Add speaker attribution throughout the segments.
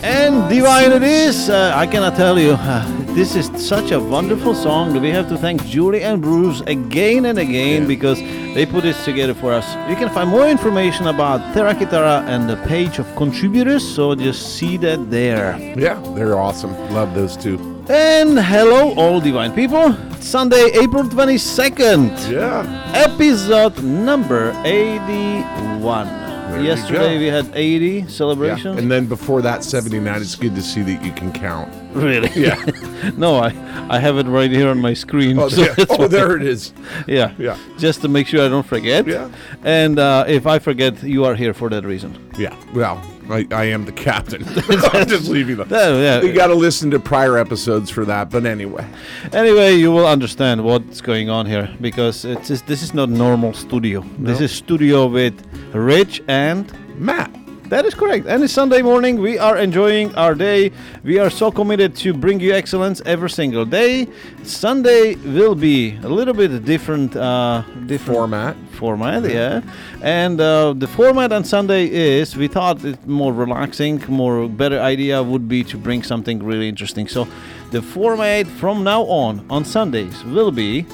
Speaker 1: And divine it is. Uh, I cannot tell you. Uh, this is such a wonderful song. We have to thank Julie and Bruce again and again because they put this together for us. You can find more information about Terra Kitara and the page of contributors. So just see that there.
Speaker 2: Yeah, they're awesome. Love those two.
Speaker 1: And hello, all divine people. Sunday, April 22nd,
Speaker 2: Yeah.
Speaker 1: episode number 81.
Speaker 2: There we
Speaker 1: Yesterday
Speaker 2: go.
Speaker 1: we had 80
Speaker 2: yeah.
Speaker 1: celebrations.
Speaker 2: And then before that, 79, it's good to see that you can count.
Speaker 1: Really?
Speaker 2: Yeah.
Speaker 1: No, I, I have it right here on my screen.
Speaker 2: Oh,
Speaker 1: so
Speaker 2: there,
Speaker 1: that's
Speaker 2: oh,
Speaker 1: why-
Speaker 2: there it is.
Speaker 1: Yeah.
Speaker 2: Yeah.
Speaker 1: Just to make sure I don't forget.
Speaker 2: Yeah.
Speaker 1: And uh, if I forget, you are here for that reason.
Speaker 2: Yeah. Well, I, I am the captain. I'm just leaving them.
Speaker 1: That- yeah.
Speaker 2: You got to listen to prior episodes for that. But anyway,
Speaker 1: Anyway, you will understand what's going on here because it's just, this is not normal studio. This is studio with Rich and
Speaker 2: Matt.
Speaker 1: That is correct. And it's Sunday morning. We are enjoying our day. We are so committed to bring you excellence every single day. Sunday will be a little bit different, uh, different
Speaker 2: Format.
Speaker 1: format, yeah. And uh, the format on Sunday is we thought it more relaxing, more better idea would be to bring something really interesting. So the format from now on on Sundays will be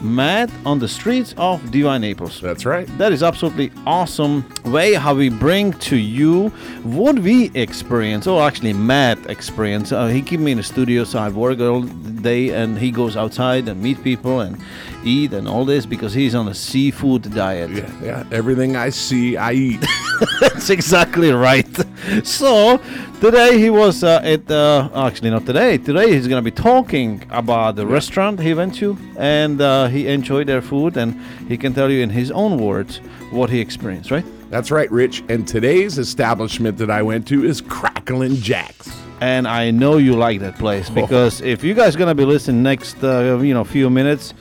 Speaker 1: Mad on the streets of Divine Naples.
Speaker 2: That's right.
Speaker 1: That is absolutely awesome way how we bring to you what we experience, or actually Matt experience. Uh, he keep me in the studio, so I work all day, and he goes outside and meet people and eat and all this because he's on a seafood diet.
Speaker 2: Yeah. Yeah. Everything I see, I eat.
Speaker 1: That's exactly right. So today he was uh, at uh, actually not today. Today he's gonna be talking about the restaurant he went to and uh, he enjoyed their food, and he can tell you in his own words what he experienced. Right.
Speaker 2: That's right, Rich. And today's establishment that I went to is Cracklin' Jack's.
Speaker 1: and I know you like that place
Speaker 2: Oh.
Speaker 1: because if you guys gonna be listening next, uh, you know, few minutes,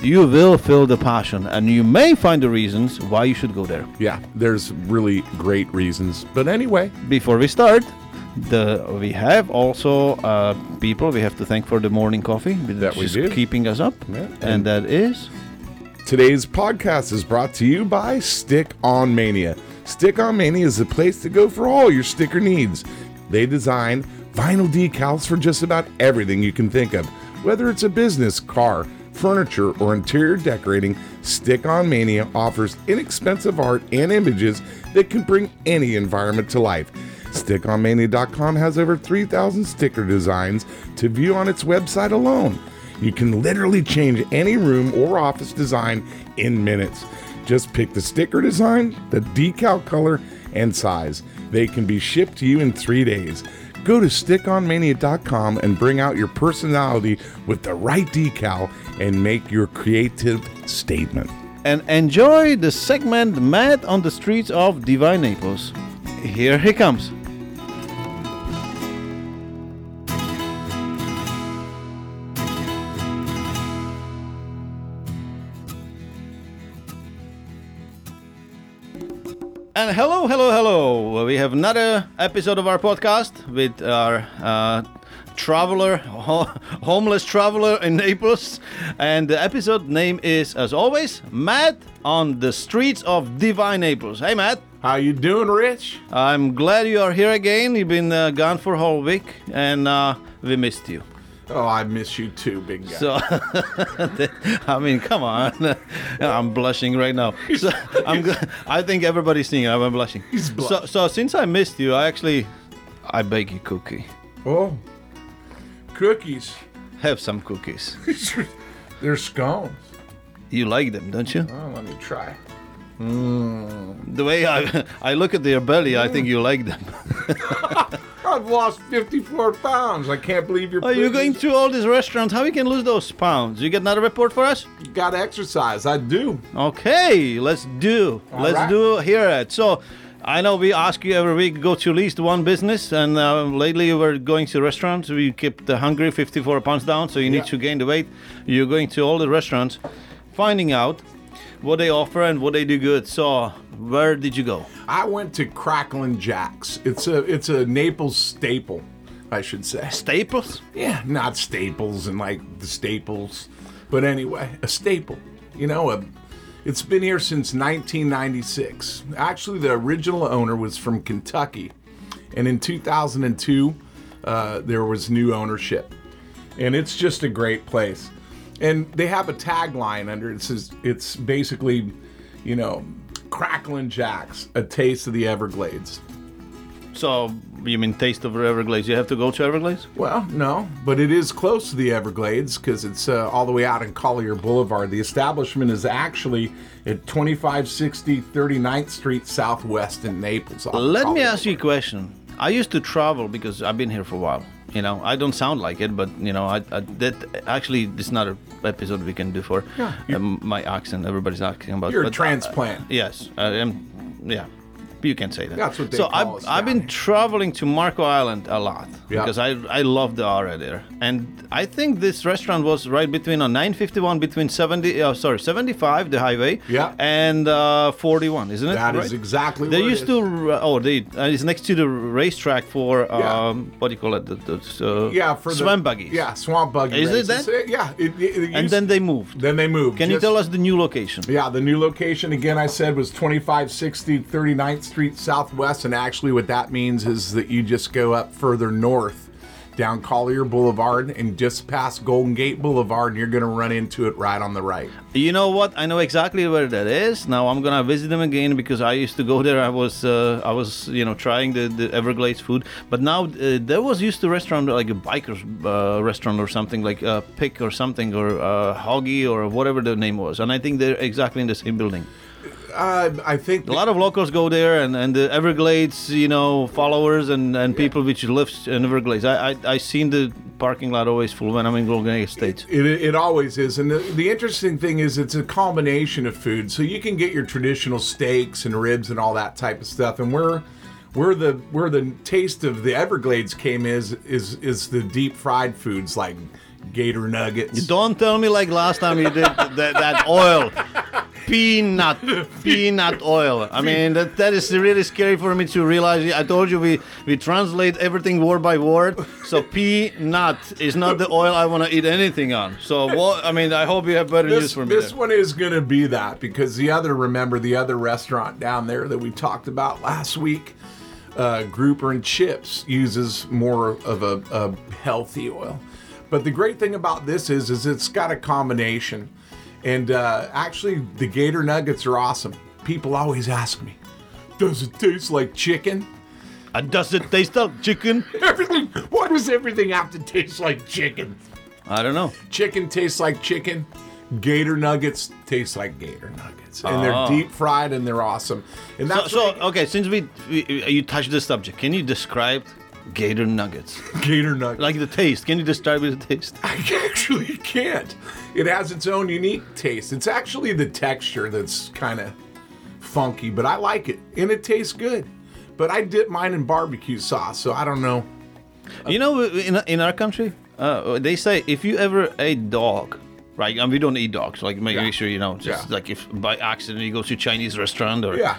Speaker 1: you will feel the passion, and you may find the reasons why you should go there.
Speaker 2: Yeah, there's really great reasons. But anyway,
Speaker 1: Before we start, the we have also uh, people we have to thank for the morning coffee
Speaker 2: That we
Speaker 1: just
Speaker 2: do.
Speaker 1: keeping us up,
Speaker 2: Yeah.
Speaker 1: and that is
Speaker 2: Today's podcast is brought to you by Stick On Mania. Stick On Mania is the place to go for all your sticker needs. They design vinyl decals for just about everything you can think of. Whether it's a business, car, furniture, or interior decorating, Stick On Mania offers inexpensive art and images that can bring any environment to life. StickOnMania.com has over 3,000 sticker designs to view on its website alone. You can literally change any room or office design in minutes. Just pick the sticker design, the decal color, and size. They can be shipped to you in three days. Go to stickonmania.com and bring out your personality with the right decal and make your creative statement.
Speaker 1: and enjoy the segment "Mad on the Streets of Divine Naples." Here he comes. And hello, hello, hello. We have another episode of our podcast with our uh, traveler, ho- homeless traveler in Naples. And the episode name is, as always, Matt on the Streets of Divine Naples. Hey, Matt.
Speaker 2: How you doing, Rich?
Speaker 1: I'm glad you are here again. You've been uh, gone for a whole week, and uh, we missed you.
Speaker 2: Oh, I miss you too, big guy.
Speaker 1: So, I mean, come on. I'm blushing right now. So, I'm, gl- I think everybody's seeing it. I'm blushing. So, so, since I missed you, I actually, I bake you cookie.
Speaker 2: oh, cookies.
Speaker 1: Have some cookies.
Speaker 2: They're scones.
Speaker 1: You like them, don't you?
Speaker 2: Oh, let me try.
Speaker 1: The way I, I look at their belly, I think you like them.
Speaker 2: I've lost 54 pounds. I can't believe you're.
Speaker 1: Are you going to all these restaurants? How you can lose those pounds? You get another report for us?
Speaker 2: Got to exercise. I do.
Speaker 1: Okay, let's do. let's
Speaker 2: right.
Speaker 1: do here it. So, I know we ask you every week go to at least one business, and uh, lately we're going to restaurants. We keep the hungry 54 pounds down, so you need
Speaker 2: Yeah.
Speaker 1: to gain the weight. You're going to all the restaurants. finding out what they offer and what they do good. So, where did you go?
Speaker 2: I went to Cracklin' Jack's. It's a it's a Naples staple, I should say.
Speaker 1: Staples?
Speaker 2: Yeah, not staples and like the staples, but anyway, a staple. You know, a, it's been here since 1996. Actually, the original owner was from Kentucky, and in 2002, uh, there was new ownership, and it's just a great place. And they have a tagline under it. it says it's basically, you know, Cracklin' Jacks, a taste of the Everglades.
Speaker 1: So, you mean Taste of Everglades? You have to go to Everglades?
Speaker 2: Well, no, but it is close to the Everglades because it's uh, all the way out in Collier Boulevard. The establishment is actually at 2560 39th Street Southwest in Naples. off
Speaker 1: Let me
Speaker 2: Collier.
Speaker 1: ask you a question. I used to travel because I've been here for a while. You know, I don't sound like it, but you know, I, I that actually this is another episode we can do for um, my accent. Everybody's asking about.
Speaker 2: You're a
Speaker 1: but, uh,
Speaker 2: transplant.
Speaker 1: yes, I am. Yeah, you can say that.
Speaker 2: That's what they
Speaker 1: so
Speaker 2: call
Speaker 1: I've,
Speaker 2: us
Speaker 1: I've been
Speaker 2: down here.
Speaker 1: traveling to Marco Island a lot
Speaker 2: Yeah.
Speaker 1: because I I love the area there, and I think this restaurant was right between on 951 between 70 uh, sorry 75 the highway
Speaker 2: Yeah.
Speaker 1: and uh, 41 isn't it?
Speaker 2: That is
Speaker 1: Right?
Speaker 2: exactly
Speaker 1: They
Speaker 2: where it
Speaker 1: used
Speaker 2: is.
Speaker 1: to. r- Oh, they. Uh, it's next to the racetrack for um, what do you call it? The, the, uh,
Speaker 2: yeah, for the-
Speaker 1: swim buggies.
Speaker 2: Yeah, swamp buggy.
Speaker 1: Is it
Speaker 2: races.
Speaker 1: that?
Speaker 2: Uh, Yeah. It, it- it
Speaker 1: and
Speaker 2: used-
Speaker 1: then they moved.
Speaker 2: then they moved.
Speaker 1: Can you
Speaker 2: Just-
Speaker 1: tell us the new location?
Speaker 2: Yeah, the new location again I said was 2560 39th Street Southwest and actually what that means is that you just go up further north down Collier Boulevard and just past Golden Gate Boulevard and you're going to run into it right on the right.
Speaker 1: You know what? I know exactly where that is. Now I'm gonna visit them again because I used to go there. I was, uh, I was, you know, trying the, the Everglades food. But now uh, there was used to restaurant like a biker's uh, restaurant or something like uh, Pick or something or uh, Hoggy or whatever the name was. And I think they're exactly in the same building.
Speaker 2: Uh, I think
Speaker 1: A lot of locals go there, and, and the Everglades, you know, followers and, and people which lives in Everglades. I, I I seen the parking lot always full when I'm in Golden Gate State.
Speaker 2: It, it always is. And the, the interesting thing is, it's a combination of food. So you can get your traditional steaks and ribs and all that type of stuff. And where, where the where the taste of the Everglades came is is is the deep fried foods like gator nuggets.
Speaker 1: Don't tell me like last time you did that, that oil. Peanut, peanut oil. I mean, that, that is really scary for me to realize. I told you we, we translate everything word by word. So peanut is not the oil I want to eat anything on. So what? I mean, I hope you have better news
Speaker 2: this
Speaker 1: for me.
Speaker 2: this
Speaker 1: there.
Speaker 2: one is going to be that because the other remember the other restaurant down there that we talked about last week. Uh, grouper and chips uses more of a, a healthy oil, but the great thing about this is is it's got a combination, and uh, actually the gator nuggets are awesome. People always ask me, "Does it taste like chicken?"
Speaker 1: Uh, does it taste of chicken?
Speaker 2: Everything. Why does everything have to taste like chicken?
Speaker 1: I don't know.
Speaker 2: chicken tastes like chicken. Gator nuggets taste like gator nuggets, and
Speaker 1: Oh.
Speaker 2: they're deep fried and they're awesome. And
Speaker 1: So,
Speaker 2: that's
Speaker 1: so
Speaker 2: what
Speaker 1: okay, since we, we you touched the subject, can you describe gator nuggets?
Speaker 2: they- gator nuggets.
Speaker 1: uh, Like the taste? Can you describe the taste?
Speaker 2: I actually can't. It has its own unique taste. It's actually the texture that's kind of funky, but I like it, and it tastes good. But I dip mine in barbecue sauce, so I don't know.
Speaker 1: You know, in in our country, uh, they say if you ever ate dog. Right, and we don't eat dogs. Like, make
Speaker 2: Yeah.
Speaker 1: sure you know, just
Speaker 2: Yeah.
Speaker 1: like if by accident you go to Chinese restaurant or,
Speaker 2: Yeah.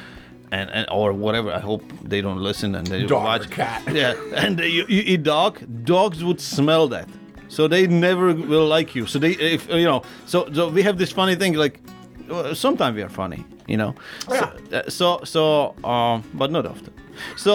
Speaker 1: and, and or whatever. I hope they don't listen and they
Speaker 2: Dog or
Speaker 1: watch.
Speaker 2: cat.
Speaker 1: Yeah, and you, you eat dog. Dogs would smell that, so they never will like you. So they, if you know, so so we have this funny thing. Like, uh, sometimes we are funny, you know. So, uh, so so um, but not often. So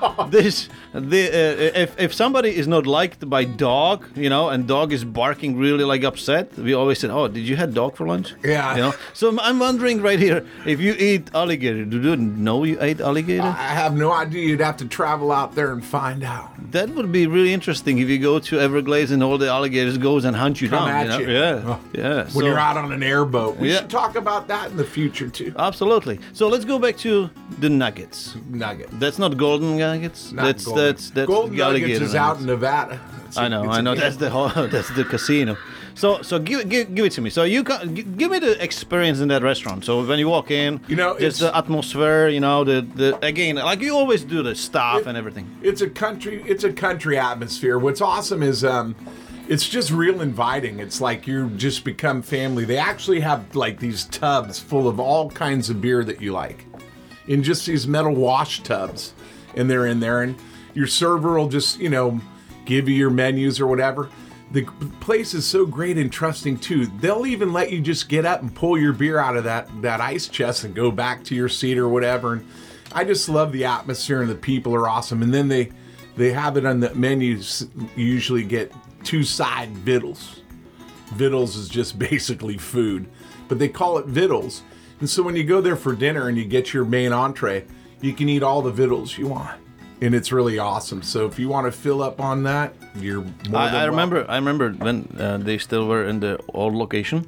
Speaker 1: this the uh, if if somebody is not liked by dog, you know, and dog is barking really like upset, we always said, "Oh, did you have dog for lunch?"
Speaker 2: Yeah.
Speaker 1: You know. So I'm- I'm wondering right here if you eat alligator, do you know you ate alligator?
Speaker 2: I have no idea. You'd have to travel out there and find out.
Speaker 1: That would be really interesting if you go to Everglades and all the alligators goes and hunt you
Speaker 2: Come
Speaker 1: down.
Speaker 2: at
Speaker 1: you know?
Speaker 2: you.
Speaker 1: Yeah,
Speaker 2: Oh.
Speaker 1: yeah.
Speaker 2: When you're out on an airboat, we
Speaker 1: Yeah. Uh,
Speaker 2: should talk about that in the future too.
Speaker 1: absolutely. So let's go back to the nuggets.
Speaker 2: Nugget.
Speaker 1: That's not golden nuggets.
Speaker 2: Not
Speaker 1: that's,
Speaker 2: Golden.
Speaker 1: that's that's
Speaker 2: Golden Nuggets
Speaker 1: alligator
Speaker 2: is out
Speaker 1: nuggets.
Speaker 2: in Nevada. It's a-
Speaker 1: I know,
Speaker 2: it's
Speaker 1: I
Speaker 2: a-
Speaker 1: know. That's the whole, that's the casino. So, so give, give, give it to me. So you can, gi- give me the experience in that restaurant. So when you walk in,
Speaker 2: You know,
Speaker 1: just
Speaker 2: it's-
Speaker 1: the atmosphere. You know, the, the again, like you always do, the staff and everything.
Speaker 2: it's a country. It's a country atmosphere. What's awesome is um, it's just real inviting. It's like you just become family. They actually have like these tubs full of all kinds of beer that you like, in just these metal wash tubs, and they're in there, and your server will just you know give you your menus or whatever. The place is so great and trusting too. They'll even let you just get up and pull your beer out of that that ice chest and go back to your seat or whatever. And I just love the atmosphere and the people are awesome. And then they they have it on the menus. You usually get two side vittles. Vittles is just basically food, but they call it vittles. And so when you go there for dinner and you get your main entree, you can eat all the vittles you want. And it's really awesome. So if you want to fill up on that, you're more than
Speaker 1: I, I
Speaker 2: welcome.
Speaker 1: remember. I remember when uh, they still were in the old location.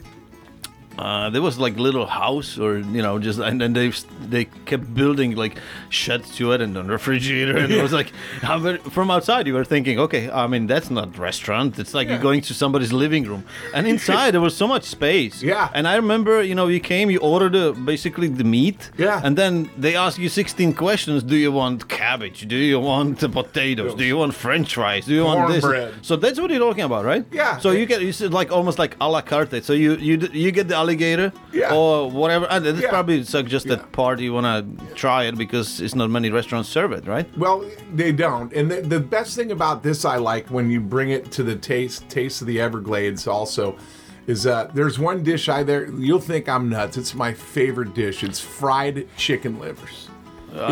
Speaker 1: Uh, there was like little house, or you know, just and then they they kept building like sheds to it and a refrigerator, and it was like how many- from outside you were thinking, okay, I mean that's not restaurant. It's like you're going to somebody's living room, and inside there was so much space.
Speaker 2: Yeah.
Speaker 1: and I remember, you know, you came, you ordered uh, basically the meat.
Speaker 2: Yeah.
Speaker 1: and then they ask you 16 questions. Do you want cabbage? Do you want the potatoes? Do you want French fries? Do you want this?
Speaker 2: Cornbread.
Speaker 1: So that's what you're talking about, right?
Speaker 2: Yeah.
Speaker 1: So you get you said like almost like a la carte. So you you d- you get the alligator
Speaker 2: Yeah.
Speaker 1: or whatever. And this
Speaker 2: Yeah.
Speaker 1: probably suggested
Speaker 2: Yeah.
Speaker 1: part you wanna try it because it's not many restaurants serve it, right?
Speaker 2: Well, they don't. And the, the best thing about this I like when you bring it to the taste taste of the Everglades also is uh there's one dish I there you'll think I'm nuts. It's my favorite dish. It's fried chicken livers.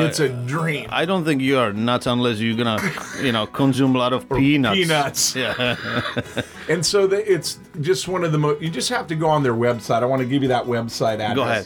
Speaker 2: it's a dream.
Speaker 1: I don't think you are nuts unless you're gonna you know consume a lot of peanuts.
Speaker 2: peanuts.
Speaker 1: Yeah.
Speaker 2: and so the, it's just one of the most you just have to go on their website. I want to give you that website
Speaker 1: ahead.
Speaker 2: address.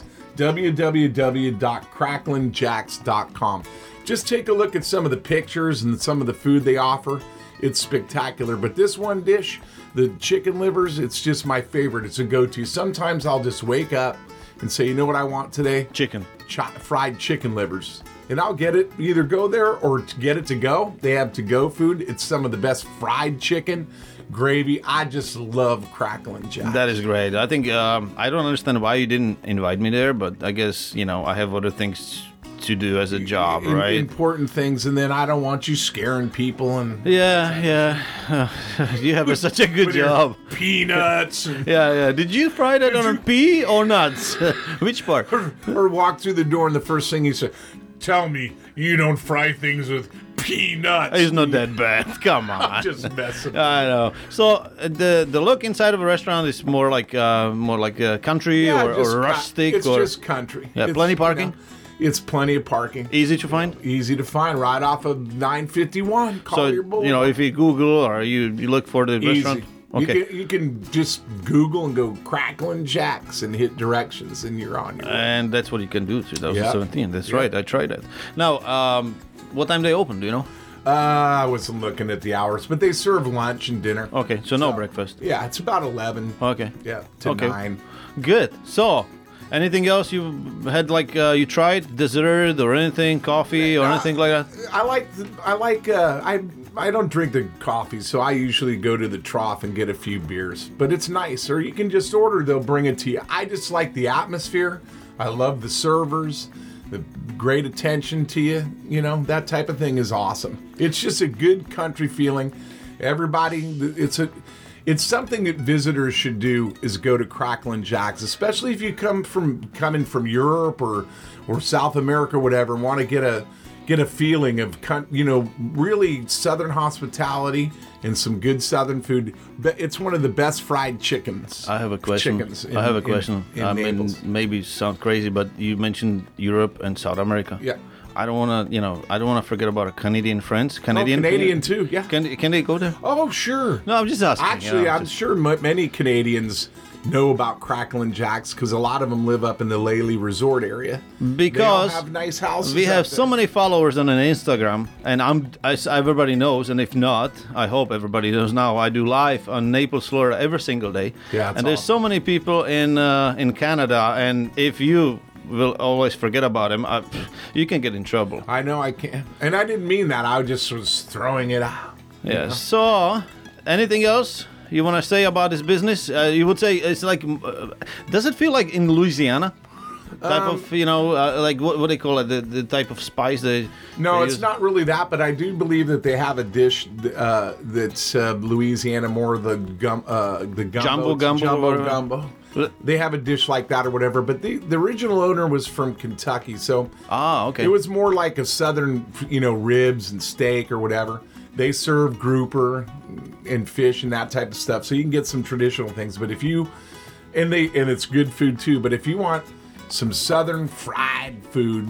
Speaker 2: www.cracklinjacks.com. Just take a look at some of the pictures and some of the food they offer. It's spectacular. But this one dish, the chicken livers, it's just my favorite. It's a go to. Sometimes I'll just wake up and say, you know what I want today?
Speaker 1: Chicken.
Speaker 2: Chi fried chicken livers. And I'll get it, either go there or t- get it to go. They have to go food. It's some of the best fried chicken, gravy. I just love crackling jack.
Speaker 1: That is great. I think um, I don't understand why you didn't invite me there, but I guess you know I have other things to do as a job,
Speaker 2: In-
Speaker 1: right?
Speaker 2: Important things. And then I don't want you scaring people and
Speaker 1: Yeah, yeah. you have a, such a good
Speaker 2: with your
Speaker 1: job.
Speaker 2: peanuts and,
Speaker 1: Yeah, yeah. Did you fry that on a pea or nuts? Which part?
Speaker 2: or walk through the door and the first thing you say, tell me you don't fry things with peanuts.
Speaker 1: It's not that bad. Come on.
Speaker 2: just messing.
Speaker 1: I know. So uh, the the look inside of a restaurant is more like uh, more like uh, country
Speaker 2: Yeah,
Speaker 1: or,
Speaker 2: just
Speaker 1: or
Speaker 2: cou-
Speaker 1: rustic
Speaker 2: It's
Speaker 1: or
Speaker 2: just country.
Speaker 1: Yeah,
Speaker 2: It's,
Speaker 1: plenty
Speaker 2: you know,
Speaker 1: parking?
Speaker 2: it's plenty of parking.
Speaker 1: easy to find.
Speaker 2: easy to find right off of 951 call
Speaker 1: So
Speaker 2: your bull
Speaker 1: you know if you Google or you, you look for the
Speaker 2: easy
Speaker 1: restaurant.
Speaker 2: you,
Speaker 1: Okay.
Speaker 2: can, you can just google and go cracklin jacks and hit directions and you're on your way.
Speaker 1: And that's what you can do 2017. That's right. I tried that. Now, um, what time they open? Do you know?
Speaker 2: uh i wasn't looking at the hours but they serve lunch and dinner
Speaker 1: Okay, so no breakfast.
Speaker 2: yeah it's about 11
Speaker 1: Uh, Okay.
Speaker 2: yeah to 9
Speaker 1: Good. So, anything else you had like uh, you tried dessert or anything, coffee or anything like that?
Speaker 2: I like the- I like uh, I I don't drink the coffee, so I usually go to the trough and get a few beers. But it's nice, or you can just order; they'll bring it to you. I just like the atmosphere. I love the servers, the great attention to you. You know that type of thing is awesome. It's just a good country feeling. Everybody, it's a. It's something that visitors should do is go to Cracklin Jacks, especially if you come from coming from Europe or or South America, whatever, and want to get a get a feeling of coun- you know really southern hospitality and some good southern food but it's one of the best fried chickens
Speaker 1: I have a question.
Speaker 2: chickens in-
Speaker 1: I have a
Speaker 2: in-
Speaker 1: question.
Speaker 2: in
Speaker 1: I mean,
Speaker 2: Naples.
Speaker 1: maybe sound crazy, but you mentioned Europe and South America.
Speaker 2: Yeah.
Speaker 1: I don't want to, you know, I don't want to forget about our Canadian friends. Canadian,
Speaker 2: Oh, Canadian too, yeah.
Speaker 1: Can can they go there?
Speaker 2: oh sure
Speaker 1: No, I'm just asking. you
Speaker 2: actually
Speaker 1: know,
Speaker 2: i'm
Speaker 1: just-
Speaker 2: sure m- many canadians know about cracklin jacks because a lot of them live up in the Laley resort area They all
Speaker 1: Because
Speaker 2: have nice houses
Speaker 1: we
Speaker 2: up
Speaker 1: have
Speaker 2: there.
Speaker 1: so many followers on an Instagram, and I'm as everybody knows, and if not, I hope everybody knows now. I do live on Naples, Florida, every single day.
Speaker 2: Yeah, that's
Speaker 1: and there's so many people in uh, in Canada, and if you will always forget about them, I, pff, you can get in trouble.
Speaker 2: i know i can't and i didn't mean that i just was throwing it out
Speaker 1: Yeah. So, anything else you want to say about this business? Uh, you would say it's like, uh, does it feel like in Louisiana? type of
Speaker 2: Um,
Speaker 1: you know uh, like what, what do they call it the, the type of spice they
Speaker 2: No,
Speaker 1: they
Speaker 2: it's
Speaker 1: use?
Speaker 2: not really that, but I do believe that they have a dish uh, that's uh, Louisiana more the gum, uh, the gumbo,
Speaker 1: Jumbo
Speaker 2: it's
Speaker 1: gumbo
Speaker 2: jumbo
Speaker 1: or-
Speaker 2: gumbo. They have a dish like that or whatever. But the the original owner was from Kentucky, so
Speaker 1: ah okay
Speaker 2: it was more like a southern, you know, ribs and steak or whatever. They serve grouper and fish and that type of stuff, so you can get some traditional things. But if you and they and it's good food too. But if you want some southern fried food,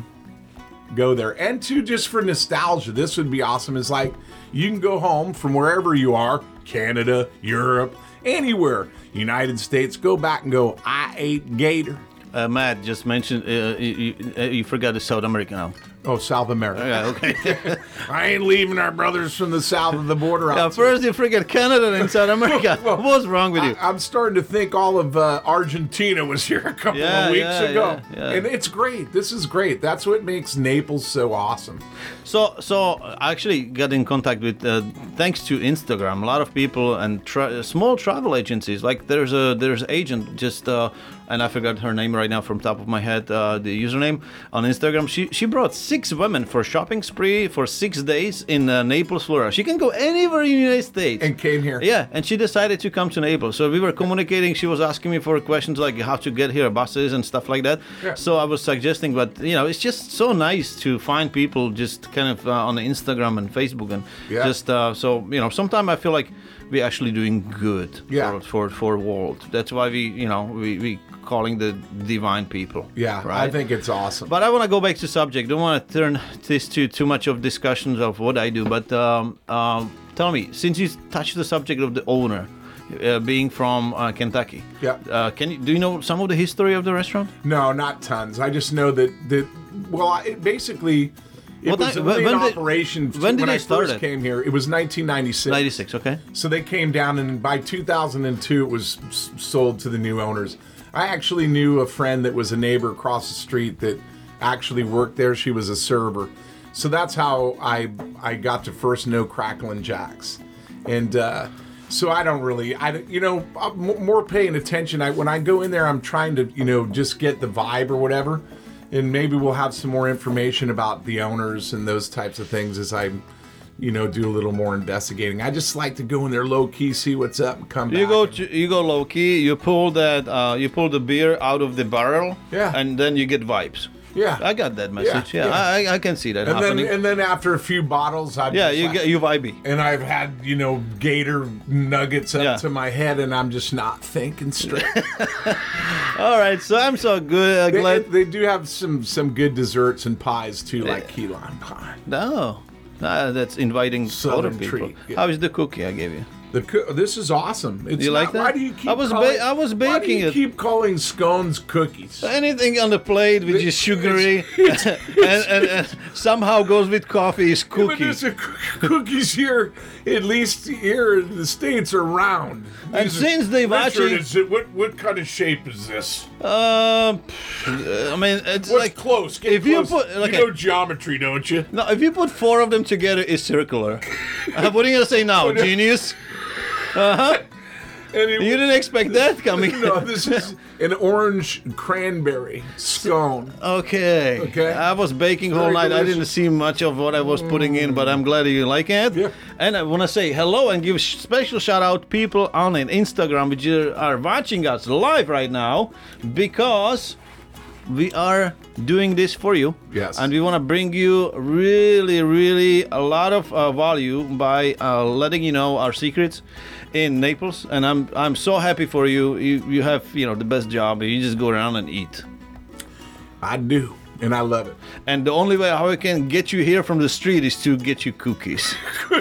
Speaker 2: go there. And two, just for nostalgia, this would be awesome. Is like you can go home from wherever you are, Canada, Europe, anywhere, United States. Go back and go. I ate gator.
Speaker 1: uh, Matt just mentioned uh, you, you, uh, you forgot the South American now
Speaker 2: Oh, South America.
Speaker 1: yeah okay
Speaker 2: I ain't leaving our brothers from the south of the border.
Speaker 1: now
Speaker 2: out to-
Speaker 1: first you forget Canada and South America what's wrong with you
Speaker 2: I, am starting to think all of uh, Argentina was here a couple
Speaker 1: Yeah,
Speaker 2: of weeks
Speaker 1: yeah,
Speaker 2: ago,
Speaker 1: yeah, yeah.
Speaker 2: and it's great. This is great. That's what makes Naples so awesome.
Speaker 1: So, so I actually got in contact with uh, thanks to Instagram. A lot of people and tra- small travel agencies. Like there's a there's agent just uh, and I forgot her name right now from top of my head. Uh, the username on Instagram. She she brought six women for shopping spree for six days in uh, Naples, Florida. She can go anywhere in the United States.
Speaker 2: And came here.
Speaker 1: Yeah, and she decided to come to Naples. So we were communicating. She was asking me for questions like how to get here, buses and stuff like that.
Speaker 2: Yeah.
Speaker 1: So I was suggesting, but you know, it's just so nice to find people just kind of uh, on Instagram and Facebook and
Speaker 2: Yeah.
Speaker 1: just uh, so you know. Sometimes I feel like we're actually doing good
Speaker 2: Yeah.
Speaker 1: for for for world. That's why we you know we we calling the divine people.
Speaker 2: Yeah, I
Speaker 1: right?
Speaker 2: think it's awesome.
Speaker 1: But I want to go back to subject. Don't want to turn this to too much of discussions of what I do. But um, um, tell me, since you touched the subject of the owner uh, being from uh, Kentucky,
Speaker 2: Yeah.
Speaker 1: uh, can you do you know some of the history of the restaurant?
Speaker 2: no, not tons. I just know that that. Well, I, it basically. It
Speaker 1: What
Speaker 2: was
Speaker 1: ti-
Speaker 2: a
Speaker 1: when-
Speaker 2: when,
Speaker 1: when did-
Speaker 2: operation
Speaker 1: when did
Speaker 2: when
Speaker 1: they
Speaker 2: I
Speaker 1: start
Speaker 2: first
Speaker 1: it?
Speaker 2: came here. It was 1996.
Speaker 1: Ninety six. Okay.
Speaker 2: So they came down, and by 2002, it was s- sold to the new owners. I actually knew a friend that was a neighbor across the street that actually worked there. She was a server, so that's how I I got to first know Cracklin Jacks, and uh, so I don't really I don't- you know I'm mo- more paying attention. I when I go in there, I'm trying to you know just get the vibe or whatever, and maybe we'll have some more information about the owners and those types of things as I you know, do a little more investigating. I just like to go in there low key, see what's up, and come
Speaker 1: You
Speaker 2: back.
Speaker 1: go to, you go low key. You pull that uh, you pull the beer out of the barrel.
Speaker 2: Yeah.
Speaker 1: And then you get vibes.
Speaker 2: Yeah.
Speaker 1: I got that message. Yeah.
Speaker 2: yeah.
Speaker 1: I, I can see that
Speaker 2: and then
Speaker 1: happening.
Speaker 2: and then after a few bottles, I
Speaker 1: yeah. You get you vibey.
Speaker 2: and I've had you know gator nuggets up
Speaker 1: Yeah.
Speaker 2: to my head, and I'm just not thinking straight.
Speaker 1: All right. So I'm so good. Uh,
Speaker 2: they,
Speaker 1: glad.
Speaker 2: they do have some some good desserts and pies too, like key lime pie.
Speaker 1: No. Ah, that's inviting
Speaker 2: Southern
Speaker 1: other people.
Speaker 2: treat, yeah.
Speaker 1: How is the cookie I gave you?
Speaker 2: The coo- this is awesome. It's
Speaker 1: You like
Speaker 2: not-
Speaker 1: that?
Speaker 2: Why do you keep?
Speaker 1: I was ba-
Speaker 2: calling,
Speaker 1: I was
Speaker 2: why do
Speaker 1: baking
Speaker 2: you
Speaker 1: it. Uh,
Speaker 2: Keep calling scones cookies.
Speaker 1: Anything on the plate which is sugary and, and, and somehow goes with coffee is
Speaker 2: But
Speaker 1: cookie.
Speaker 2: there's a coo- cookies here, at least here in the states are round.
Speaker 1: And
Speaker 2: These are-
Speaker 1: since they've
Speaker 2: Richard,
Speaker 1: actually-
Speaker 2: is it, what what kind of shape is this?
Speaker 1: Uh, pff, I mean, it's
Speaker 2: What's
Speaker 1: like
Speaker 2: close? Get
Speaker 1: if you
Speaker 2: close.
Speaker 1: put- okay.
Speaker 2: you know geometry, don't you?
Speaker 1: no. If you put four of them together, it's circular. Uh, what are you gonna say now,
Speaker 2: no.
Speaker 1: genius? You
Speaker 2: Anyway,
Speaker 1: didn't expect that coming.
Speaker 2: no, this is an orange cranberry scone.
Speaker 1: Okay.
Speaker 2: Okay.
Speaker 1: I was baking whole night. I didn't
Speaker 2: delicious.
Speaker 1: see much of what I was putting in, but I'm glad you like it.
Speaker 2: Yeah.
Speaker 1: And I want to say hello and give sh- special shout out people on an Instagram which are are watching us live right now because we are doing this for you.
Speaker 2: Yes.
Speaker 1: And we want to bring you really, really a lot of uh, value by uh, letting you know our secrets in Naples. And I'm I'm so happy for you. You you have you know the best job. You just go around and eat.
Speaker 2: I do, and I love it.
Speaker 1: And the only way how I can get you here from the street is to get you cookies.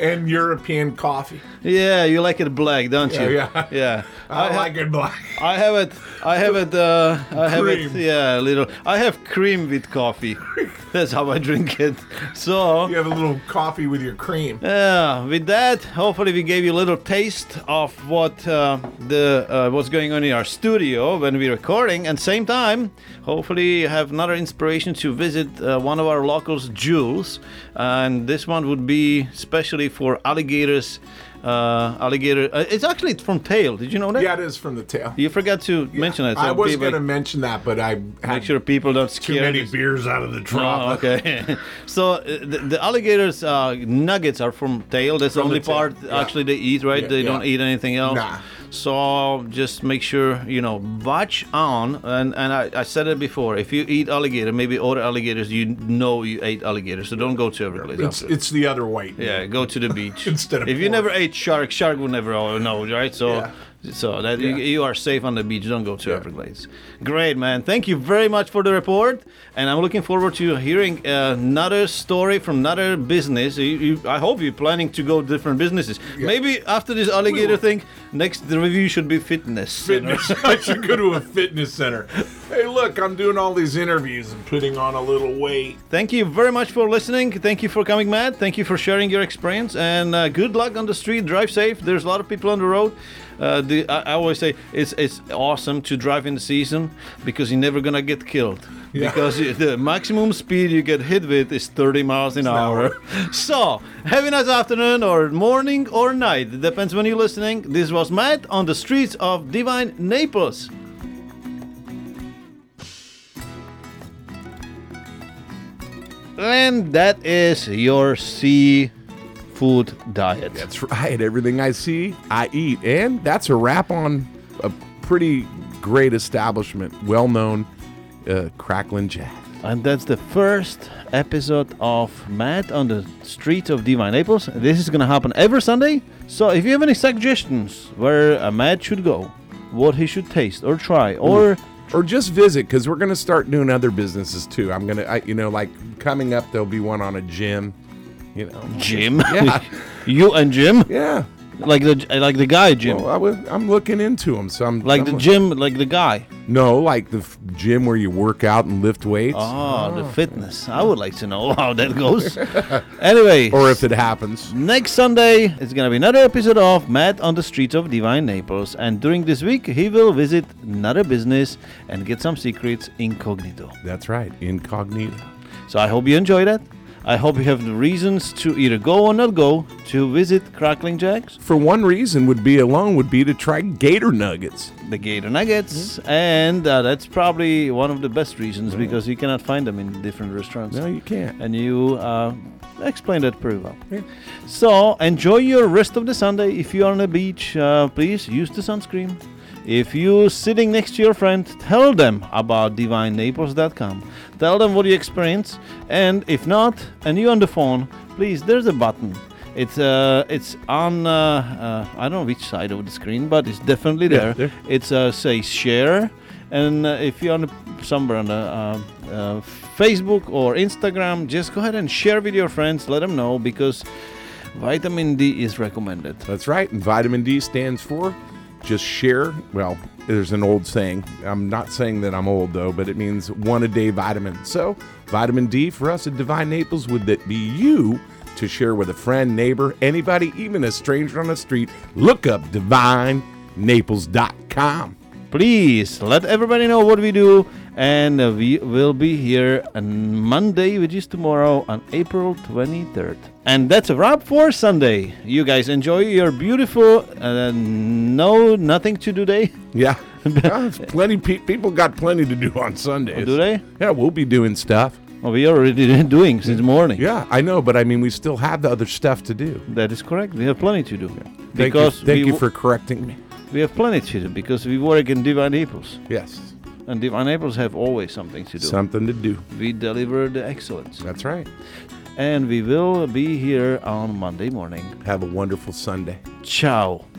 Speaker 2: And European coffee.
Speaker 1: yeah, you like it black, don't you?
Speaker 2: Yeah, yeah.
Speaker 1: Yeah.
Speaker 2: I,
Speaker 1: I, ha-
Speaker 2: like it black.
Speaker 1: I have it. I have it. Uh, I have it.
Speaker 2: Cream.
Speaker 1: Yeah, a little. I have cream with coffee. That's how I drink it. So.
Speaker 2: You have a little coffee with your cream.
Speaker 1: Yeah, Uh, with that, hopefully we gave you a little taste of what uh, the uh, what's going on in our studio when we're recording, and same time, hopefully you have another inspiration to visit uh, one of our locals, Jules, and this one would be specially for alligators uh, alligator. Uh, it's actually from tail. Did you know that?
Speaker 2: Yeah, it is from the tail.
Speaker 1: You forgot to mention that. so
Speaker 2: I was
Speaker 1: people-
Speaker 2: going to mention that, but I
Speaker 1: make
Speaker 2: had
Speaker 1: sure people don't
Speaker 2: too
Speaker 1: scare
Speaker 2: many beers out of the
Speaker 1: Oh,
Speaker 2: trough.
Speaker 1: okay. so uh, the, the alligators' uh, nuggets are from tail. That's the
Speaker 2: From
Speaker 1: only
Speaker 2: the tail,
Speaker 1: part
Speaker 2: yeah.
Speaker 1: actually they eat, right?
Speaker 2: Yeah,
Speaker 1: they
Speaker 2: yeah.
Speaker 1: don't eat anything else.
Speaker 2: Nah.
Speaker 1: So just make sure you know watch on. And and I, I said it before. If you eat alligator, maybe other alligators, you know you ate alligator. So don't go to every place.
Speaker 2: It's,
Speaker 1: after.
Speaker 2: it's the other white.
Speaker 1: yeah, go to the beach
Speaker 2: Instead of
Speaker 1: If you
Speaker 2: pork.
Speaker 1: never ate shark, shark would never all know, right? So.
Speaker 2: Yeah.
Speaker 1: So that you,
Speaker 2: Yeah.
Speaker 1: you are safe on the beach. Don't go to Everglades. Great, man. Thank you very much for the report, and I'm looking forward to hearing uh, another story from another business. You, you, I hope you're planning to go different businesses. Maybe after this alligator
Speaker 2: will.
Speaker 1: thing, next the review should be fitness.
Speaker 2: Fitness. I should go to a fitness center. Hey, look, I'm doing all these interviews and putting on a little weight.
Speaker 1: Thank you very much for listening. Thank you for coming, Matt. Thank you for sharing your experience. And uh, good luck on the street. Drive safe. There's a lot of people on the road. Uh, the, I, I always say it's it's awesome to drive in the season because you're never gonna get killed.
Speaker 2: Yeah.
Speaker 1: Because you, the maximum speed you get hit with is 30 miles an hour. so have a nice afternoon or morning or night. It depends when you're listening. This was Matt on the streets of Divine Naples. And that is your sea food diet.
Speaker 3: That's right. Everything I see, I eat. And that's a wrap on a pretty great establishment, well known, uh, Cracklin' Jack.
Speaker 1: And that's the first episode of Matt on the Street of Divine Naples. This is going to happen every Sunday. So if you have any suggestions where a Matt should go, what he should taste or try, or
Speaker 3: Or just visit because we're going to start doing other businesses too. I'm going to, you know, like coming up, there'll be one on a gym, you know.
Speaker 1: Jim,
Speaker 3: Yeah.
Speaker 1: you and Jim,
Speaker 3: Yeah. Oh,
Speaker 1: like the like the guy Jim,
Speaker 3: Well, I was, I'm looking into them. So I'm
Speaker 1: like
Speaker 3: I'm
Speaker 1: the Jim, like the guy.
Speaker 3: No, like the f- gym where you work out and lift weights.
Speaker 1: Oh,
Speaker 3: Ah.
Speaker 1: the fitness. I would like to know how that goes. anyway,
Speaker 3: Or if it happens.
Speaker 1: Next Sunday, it's gonna be another episode of Matt on the Streets of Divine Naples, and during this week, he will visit another business and get some secrets incognito.
Speaker 3: That's right. Incognito.
Speaker 1: So I hope you enjoy that. I hope you have the reasons to either go or not go to visit Crackling Jacks,
Speaker 3: For one reason would be alone would be to try gator nuggets.
Speaker 1: the Gator Nuggets, and uh, that's probably one of the best reasons because you cannot find them in different restaurants.
Speaker 3: No, you can't.
Speaker 1: and you uh, explained that pretty well. So enjoy your rest of the Sunday. If you're on the beach, uh, please use the sunscreen. If you're sitting next to your friend, tell them about divinenaples.com. Tell them what you experience, and if not, and you're on the phone, please. There's a button. It's uh, it's on uh, uh, I don't know which side of the screen, but it's definitely there.
Speaker 3: there.
Speaker 1: It's uh, say share, and uh, if you're on the, somewhere on the, uh, uh, Facebook or Instagram, just go ahead and share with your friends. Let them know because vitamin D is recommended.
Speaker 3: That's right. And vitamin D stands for just share. Well, there's an old saying. I'm not saying that I'm old though, but it means one a day vitamin. So, vitamin D for us at Divine Naples would that be you to share with a friend, neighbor, anybody, even a stranger on the street. Look up divinenaples.com.
Speaker 1: Please let everybody know what we do, and uh, we will be here on Monday, which is tomorrow, on April 23rd. And that's a wrap for Sunday. You guys enjoy your beautiful uh, no nothing to do day.
Speaker 3: Yeah. Yeah, it's plenty pe- people got plenty to do on Sundays.
Speaker 1: do they?
Speaker 3: Yeah, we'll be doing stuff.
Speaker 1: Well, we already doing since morning.
Speaker 3: Yeah, I know, but I mean, we still have the other stuff to do.
Speaker 1: That is correct. We have plenty to do.
Speaker 3: Thank
Speaker 1: Because
Speaker 3: you, thank
Speaker 1: we,
Speaker 3: you
Speaker 1: wo-
Speaker 3: for correcting me.
Speaker 1: we have plenty to do because we work in Divine Naples,
Speaker 3: Yes,
Speaker 1: and Divine Naples have always something to do.
Speaker 3: something to do.
Speaker 1: we deliver the excellence,
Speaker 3: That's right.
Speaker 1: and we will be here on Monday morning.
Speaker 3: Have a wonderful Sunday.
Speaker 1: Ciao.